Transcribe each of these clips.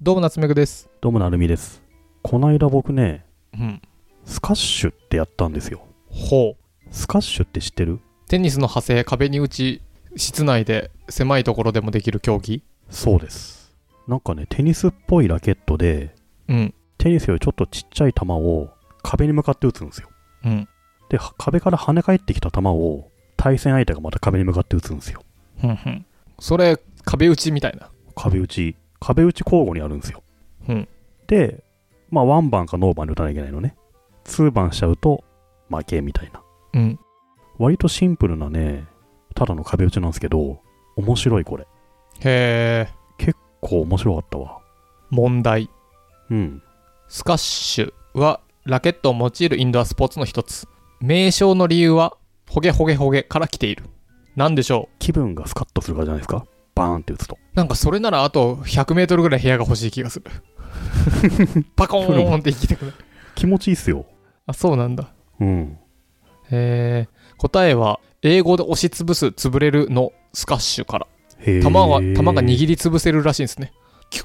どうも夏目くです。どうもなるみです。こないだ僕ね、うん。スカッシュってやったんですよ。ほう。スカッシュって知ってるテニスの派生、壁に打ち、室内で狭いところでもできる競技そうです。なんかね、テニスっぽいラケットで、うん。テニスよりちょっとちっちゃい球を壁に向かって打つんですよ。うん。で、は壁から跳ね返ってきた球を対戦相手がまた壁に向かって打つんですよ。ふんふん。それ、壁打ちみたいな。壁打ち、壁打ち交互にやるんですよ。うんで、まあ、ワンバンかノーバンで打たなきゃいけないのね。ツーバンしちゃうと負けみたいな。うん。割とシンプルなね、ただの壁打ちなんですけど、面白いこれ。へえ。こう面白かったわ。問題。うん。スカッシュは、ラケットを用いるインドアスポーツの一つ。名称の理由は、ほげほげほげから来ている。なんでしょ気分がスカッとするからじゃないですか。バーンって打つとう。なんかそれならあと100メートルぐらい部屋が欲しい気が する。パコーンって行きたくなる。気持ちいいっすよ。あ、そうなんだ。うん。えー答えは英語で押しつぶす潰れるのスカッシュからへー球が球が握りつぶせるらしいんですね球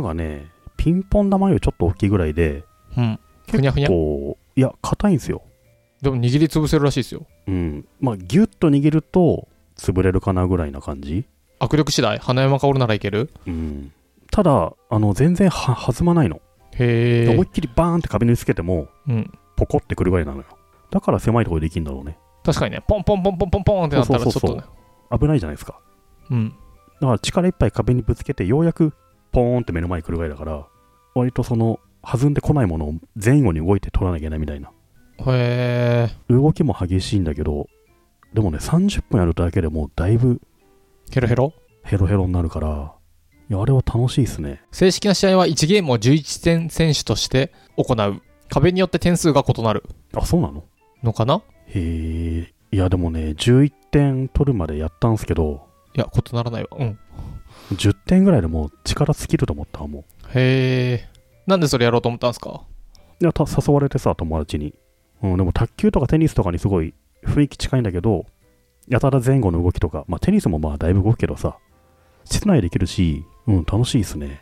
がね、ピンポン玉よりちょっと大きいぐらいで、うんふにゃふにゃこう、いや、硬いんですよ。でも握りつぶせるらしいですようん。まあ、ギュッと握ると、潰れるかなぐらいな感じ。握力次第花山薫ならいけるうん。ただ、あの、全然は弾まないの。へ思いえっきりバーンって壁につけても、うんポコってくるぐらいなのよ。だから狭いところでできるんだろうね。確かにねポンポンポンポンポンポンってなったらちょっそうそうそうとそねう危ないじゃないですか。うんだから力いっぱい壁にぶつけてようやくポーンって目の前に来るぐらいだから割とその弾んでこないものを前後に動いて取らなきゃいけないみたいなへ動きも激しいんだけどでもね30分やるだけでもうだいぶえヘロヘロヘロヘロになるからいやあれは楽しいっすね正式な試合は1ゲームを11点選手として行う壁によって点数が異なるあそうなののかなへえいやでもね11点取るまでやったんすけどいや異ならないわうん10点ぐらいでもう力尽きると思ったわもへえなんでそれやろうと思ったんですかういやた誘われてさ友達に、うん、でも卓球とかテニスとかにすごい雰囲気近いんだけどやたら前後の動きとか、まあ、テニスもまあだいぶ動くけどさ、室内できるし、うん、楽しいですね。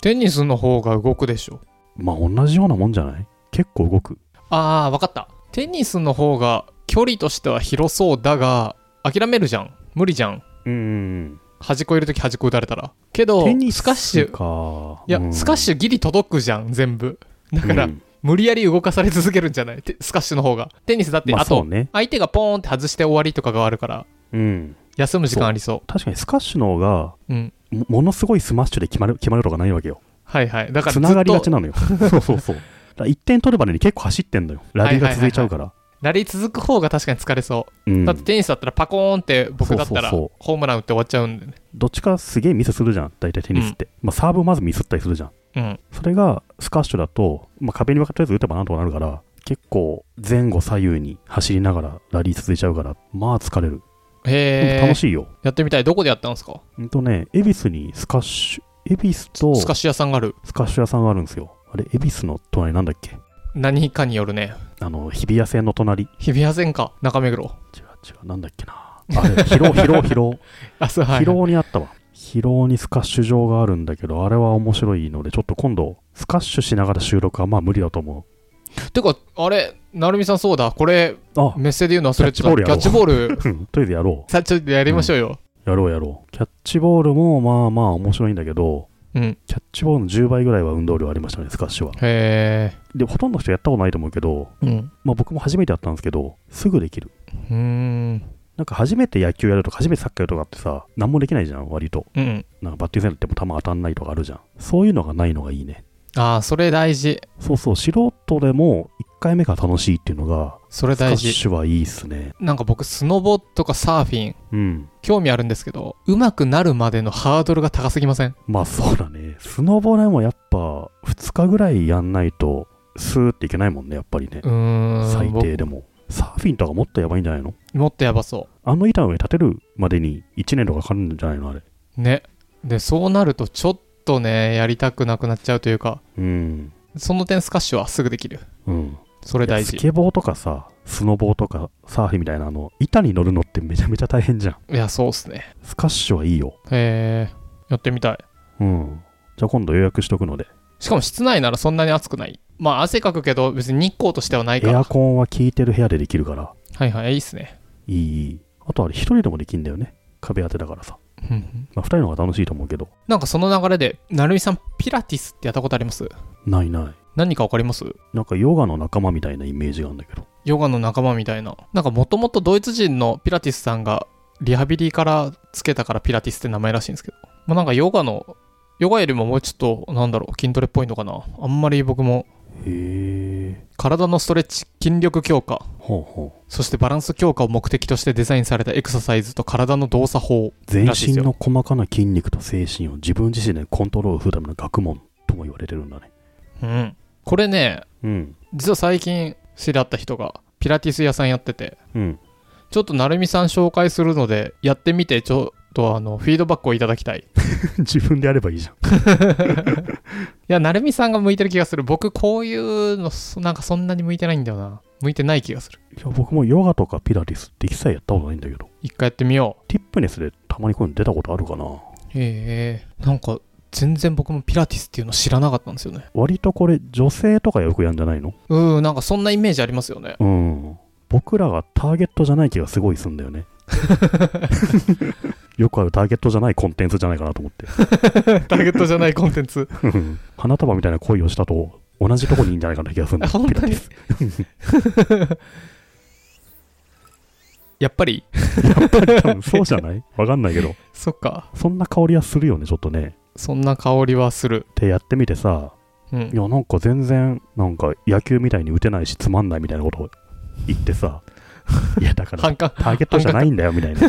テニスの方が動くでしょまあ、同じようなもんじゃない結構動く。ああ、わかった。テニスの方が距離としては広そうだが、諦めるじゃん。無理じゃん。うん。端っこいるとき端っこ打たれたら。けど、テニススカッシュ、か。いや、うんスカッシュギリ届くじゃん、全部。だから、うん無理やり動かされ続けるんじゃないてスカッシュの方が。テニスだって、まあ、あそうと、ね。相手がポーンって外して終わりとかがあるから、うん。休む時間ありそ確かにスカッシュの方が、う。うん。もものすごいスマッシュで決まる決まるとかないわけよ。はいはい。だからずっつながりがちと、なのよ。そうそうそう。だ1点取るまでに結構走ってんのよ。ラリーが続いちゃうから。ラリー続く方が確かに疲れそう。うんだってテニスだったらパコーンって僕だったら、そうそうホームラン打って終わっちゃうんでね。どっちかすげえミスするじゃん。大体テニスって。まあ、サーブをまずミスったりするじゃん。うん。それがスカッシュだと、まあ、壁に向かってとりあえず打てばなんとかなるから結構前後左右に走りながらラリー続いちゃうからまあ疲れる、でへもえ。楽しいよやってみたい。どこでやったんですかうんとね恵比寿にスカッシュ恵比寿とスカッシュ屋さんがある。スカッシュ屋さんがあるんですよあれ恵比寿の隣なんだっけ何かによるね。あの日比谷線の隣違日比谷線か、中目黒。う違うなんだっけなあれ広広広あ、そう、はい、広尾にあったわ広尾にスカッシュ場があるんだけどあれは面白いのでちょっと今度スカッシュしながら収録はまあ無理だと思てか、あれ、なるみさんそうだ。これ、うあメッセで言うの忘れてた。キャッチボールやキャろッうチボール、うんとりあえずやろ うさ、ちょっとやりましょうよ。やろうやろう。キャッチボールもまあまあ面白いんだけど、うん。キャッチボールの10倍ぐらいは運動量ありましたね、スカッシュは。へで、ほとんどの人やったことないと思うけど、え。うん。まあ僕も初めてやったんですけど、すぐできる。うーん。なんか初めて野球やるとか、初めてサッカーやるとかってさ、何もできないじゃん、割と。うん。なんかバッティングセンターっても球当たんないとかあるじゃん。そういうのがないのがいいね。ああ、それ大事。そうそう、素人でも1回目が楽しいっていうのが、それスカ大ッ事。シュはいいっすね。なんか僕、スノボとかサーフィン、うん。興味あるんですけど、上手くなるまでのハードルが高すぎませんまあそうだね。スノボでもやっぱ2日ぐらいやんないと、スーっていけないもんね、やっぱりね。うーん。最低でも。サーフィンとかもっとやばいんじゃないの僕もっとやばそあの板の上に立てるまでに1年とかかかるんじゃないのあれ。う。ね。で、そうなると、ちょっとね、やりたくなくなっちゃうというか、うん。その点スカッシュはすぐできる。うん。それ大ス事。ケボーとかさ、スノボーとかサーフィンみたいなあの、板に乗るのってめちゃめちゃ大変じゃん。いや、そうっすね。スカッシュはいいよ。へえ、やってみたい。うん。じじゃあ今度予約しとくので。しかも室内ならそんなに暑くない。まあ汗かくけど別に日光としてはないかエアら。コンは効いてる部屋でできるから、はいはい、いいっすね。いいいい。あとあれ、一人でもできんだよね。壁当てだからさ。うんうんまあ、二人の方が楽しいと思うけど。なんかその流れで、なるみさんピラティスってやったことありますないない。何かわかりますなんかヨガの仲間みたいなイメージがあるんだけど。ヨガの仲間みたいな。なんかもともとドイツ人のピラティスさんがリハビリからつけたからピラティスって名前らしいんですけど。まあなんかヨガの、ヨガよりももうちょっとなんだろう、筋トレっぽいのかな。あんまり僕もへえ。体のストレッチ、筋力強化、ほうほう。そしてバランス強化を目的としてデザインされたエクササイズと体の動作法。全らしいで身すよの細かな筋肉と精神を自分自身でコントロールするための学問とも言われてるんだね。うん。これね、うん。実は最近知り合った人がピラティス屋さんやってて、うん。ちょっとなるみさん紹介するので、やってみてちょっとあの、フィードバックをいただきたい。 自分でやればいいじゃん。いや、なるみさんが向いてる気がする。僕、こういうの、そなんかそんなに向いてないんだよな。向いてない気がする。いや、僕もヨガとかピラティスって一切やったことないんだけど。一回やってみよティップネスでたまにこういうの出たことあるかな。う。へえなんか、全然僕もピラティスっていうの知らなかったんですよね。割とこれ女性とかよくやるんじゃないのうーん、なんかそんなイメージありますよね。うん。僕らがターゲットじゃない気がすごいすんだよ ね。よくあるターゲットじゃないコンテンツじゃないかなと思っ て。ターゲットじゃないコンテンツ。うん 花束みたいな恋をしたと同じとこにいいんじゃないかな気がするんだ よ本当にピラティスやっぱり、やっぱり多分そうじゃないわかんないけど。そっか。そんな香りはするよね、ちょっとね。そんな香りはする。で、やってみてさ、うんい。や、なんか全然、なんか野球みたいに打てないし、つまんないみたいなことを言ってさ、いや、だから、反感。ターゲットじゃないんだよみたいな、な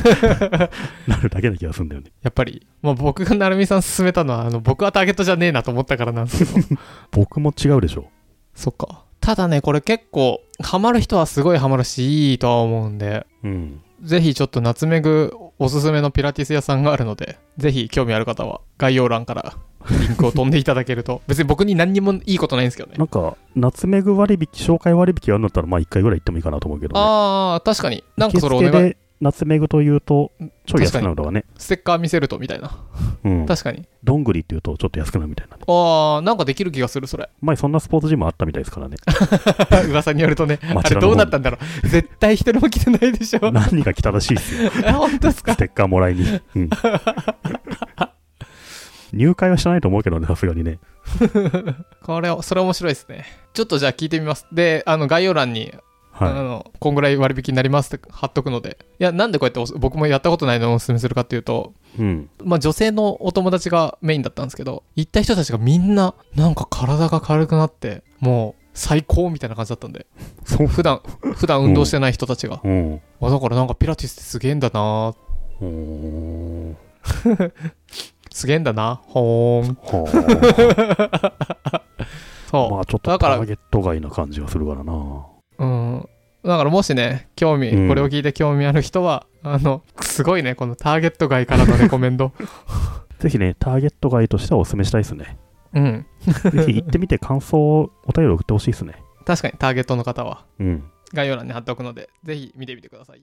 るだけな気がするんだよね。やっぱり、まあ、僕がなるみさん勧めたのは、あの、僕はターゲットじゃねえなと思ったからなんです けど。僕も違うでしょ。そっか。ただね、これ結構、ハマる人はすごいハマるし、いいとは思うんで、うん。ぜひちょっとナツメグおすすめのピラティス屋さんがあるので、ぜひ興味ある方は概要欄からリンクを飛んでいただけると、別に僕に何にもいいことないんですけどねな。んか、ナツメグ割引、紹介割引があるんだったら、まあ1回ぐらい行ってもいいかなと思うけど、ね。あー、確かに。なんかそれお受願い。付でナツメグというと、ちょい安くなるのがね。ステッカー見せるとみたいな。うん。確かに。どんぐりっていうと、ちょっと安くなるみたいなね。あー、なんかできる気がする、そ れ。前、そんなスポーツジムあったみたいですからね。 噂によるとね。あれ町田の方どにうなったんだろう。絶対一人も来てないでしょ。何が来たらしいですよ。え本当ですかステッカーもらいに。うん。 入会はしてないと思うけどね、さすがにね。これ、それ面白いですね。ちょっとじゃあ聞いてみます。で、あの、概要欄に、あはの、こんぐらい割引になりますって貼っとくので。いや、なんでこうやっておす僕もやったことないのをお勧めするかっていうと、い。うん。まあ女性のお友達がメインだったんですけど、行った人たちがみんな、なんか体が軽くなって、もう、最高みたいな感じだったんで、そう。普段、普段運動してない人たちが、うん。あだからなんかピラティスってすげえんだな ーうん。すげえんだな、ほーん。はそあ。う。 まあ、ちょっとだタからーゲット外な感じがするからな。うん。だからもしね、興味、うんこれを聞いて興味ある人は、あの、すごいね、このターゲット外からのレコメンド。 ぜひね、ターゲット外としてはお勧めしたいですね。うん。ぜひ行ってみて感想をお便り送ってほしいですね。確かにターゲットの方はうん。概要欄に貼っておくので、ぜひ見てみてください。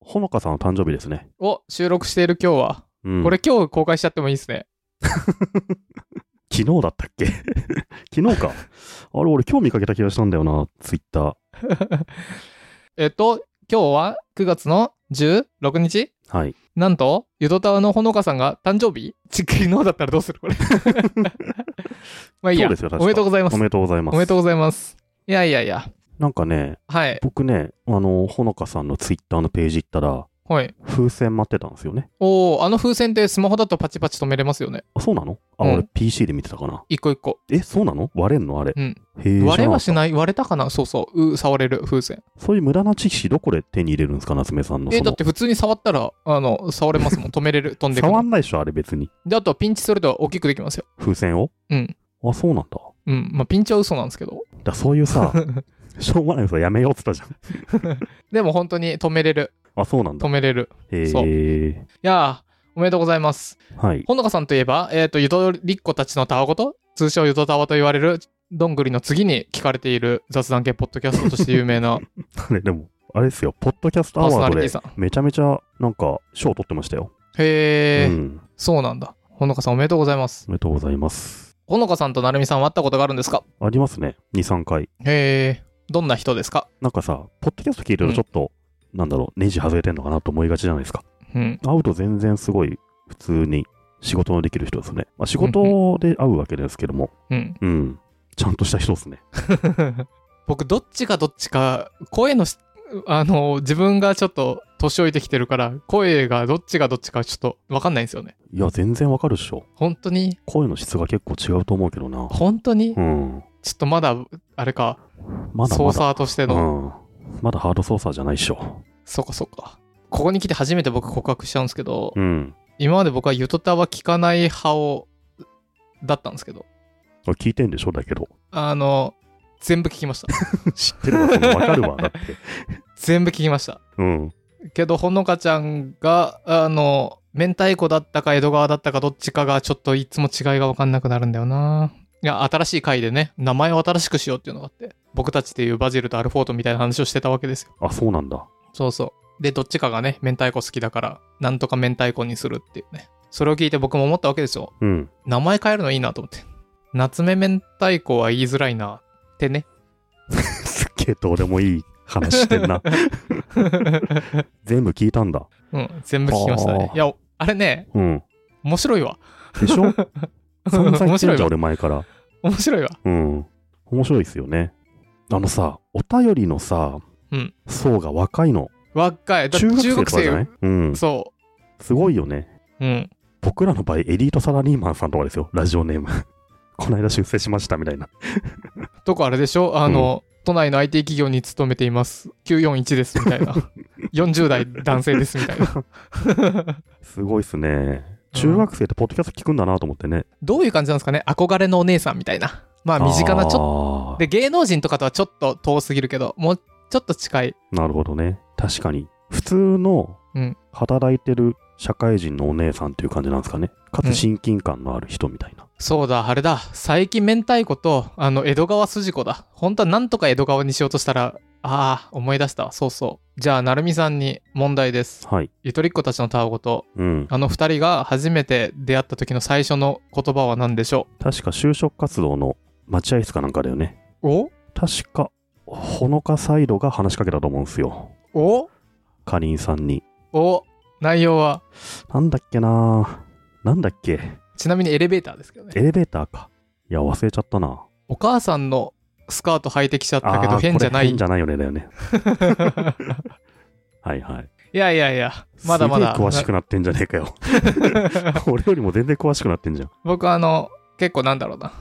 ほのかさんの誕生日ですね。を収録している今日は、うん、これ今日公開しちゃってもいいですね。昨日だったっけ 昨日か。あれ、俺今日見かけた気がしたんだよな、ツイッター。えっと、今日は9月の16日はい。なんと、ゆとたわのほのかさんが誕生日ち昨日だったらどうするこれ。 まあいいや。そうですよ確かおめでとうございますお。めでとうございまおすめでとうございます。いやいやいや。なんかねはい。僕ねあのほのかさんのツイッターのページ行ったらはい。風船待ってたんですよねおおあの風船ってスマホだとパチパチ止めれますよね。あそうなのあ、うん俺 PC で見てたかな一個一個。えそうなの割れんのあれ、うんへえ割れはし知らなかっない割れたかなそうそう。う触れる風船。たそういう無駄な知識どこで手に入れるんですか夏目さんのそえ、だのって普通に触ったら、あの、触れますもん。止めれる。飛んでく触る。んないでしょあれ別にで、あとはピンチすると大きくできますよ。風船をうん。あそうなんだうん。まあ、ピンチは嘘なんですけど。だそうい うさしょうがないさやめようって言ったじでも本当に止めれる。ゃんあそうなんだ止めれる。へそうえいやー、おめでとうございます。はい ほのかさんといえば、えっ、と、ゆとりっ子たちのたわごと、通称ゆとたわと言われる、どんぐりの次に聞かれている雑談系ポッドキャストとして有名 なあれでもあれですよポッドキャストパアーソナワーリドティでさん。めちゃめちゃなんか賞を取ってましたよ、へえ、うんそうなんだ。ほのかさんおめでとうございます。おめでとうございますほのかさんとなるみさんは会ったことがあるんですかありますね23回へえ、どんな人ですかなんかさポッドキャスト聞いてるとちょっと、なんだろうネジ外れてんのかなと思いがちじゃないですかうん。会うと全然すごい普通に仕事のできる人ですね、まあ、仕事で会うわけですけどもうん。 うんちゃんとした人ですね僕、どっちがどっちか、声のし、あの、自分がちょっと年老いてきてるから、声がどっちがどっちかちょっとわかんないんですよね。いや全然わかるっしょ本当に声の質が結構違うと思うけどな本当にうんちょっとまだ、あれか、まだ操まだ作としての、うん、まだハード操作じゃないっしょそうかそうか。ここに来て初めて僕告白しちゃうんですけど、うん今まで僕はゆとたは聞かない派を、だったんですけど、あ聞いてんでしょだけどあの、全部聞きま した。知ってるわそのわかるわだって全部聞きました。うんけど、ほのかちゃんが、あの、明太子だったか江戸川だったかどっちかがちょっといつも違いが分かんなくなるんだよな。いや、新しい回でね、名前を新しくしようっていうのがあって、僕たちっていうバジルとアルフォートみたいな話をしてたわけですよ。あそうなんだそうそう。で、どっちかがね、明太子好きだから、なんとか明太子にするっていうね。それを聞いて僕も思ったわけですよ。うん名前変えるのいいなと思って。夏目明太子は言いづらいなってね。 すっげえどうでもいい話してんな全部聞いたんだうん、全部聞きましたねあ。ーいや、あれね、うん面白いわ。でしょ散々言ってん面白いじゃわん俺前から面白いわ。うん。面白いですよね。あのさ、お便りのさ、うん層が若いの。若い。だって中学生中と学かじゃ生ないうん。そすごいよね。う。うん。僕らの場合、エリートサラリーマンさんとかですよ。ラジオネーム。 この間出世しましたみたいな。とかあれでしょあの、都内の IT 企業に勤めています。941です、みたい な。40代男性です、みたいな。すごいっすね。中学生ってポッドキャスト聞くんだなと思ってね。どういう感じなんですかね憧れのお姉さんみたいな。まあ、身近なちょっとょっで芸能人とかとはちょっと遠すぎるけどもうちょっと近いなるほどね。確かに。普通のうん働いてる社会人のお姉さんっていう感じなんですかね。かうんつ親近感のある人みたいな。そうだあれだ最近明太子とあの江戸川筋子だ本当はなんとか江戸川にしようとしたらああ思い出したわそうそうじゃあ成美さんに問題ですはい。ゆとりっ子たちのタワゴとうん。あの二人が初めて出会った時の最初の言葉は何でしょ確か就職活動の待合室かなんかだよね。うお確か、ほのかサイドが話しかけたと思うんですよ。おかりんさんに。お内容はなんだっけななんだっけちなみにエレベーターですけどエねレベーターか。いや、忘れちゃったな。お母さんのスカート履いてきちゃったあけどー変じゃなこれい変じゃないよね、だよ ね。はいはい。いやいやいやまだまだすげえ詳しくなってんじゃねえか よ。俺よりも全然詳しくなってんじゃん。僕あの結構なんだろうな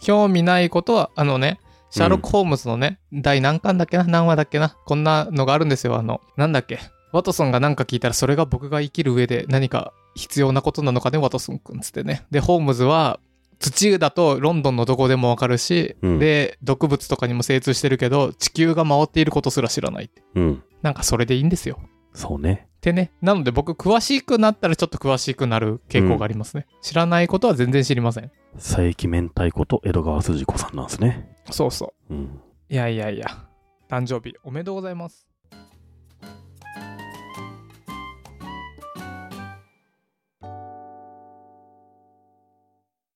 興味ないことはあのねシャーロック・ホームズのね、第何巻だっけな何話だっけなこんなのがあるんですよあのなんだっけワトソンが何か聞いたらそれが僕が生きる上で何か必要なことなのかねワトソンくんつってねでホームズは土だとロンドンのどこでもわかるし、うんで毒物とかにも精通してるけど地球が回っていることすら知らないってうん。なんかそれでいいんですよそうね。ってねなので僕詳しくなったらちょっと詳しくなる傾向がありますね、知らないことは全然知りません佐伯明太子と江戸川筋子さんなんですね。そうそううん。いやいやいや、誕生日おめでとうございます。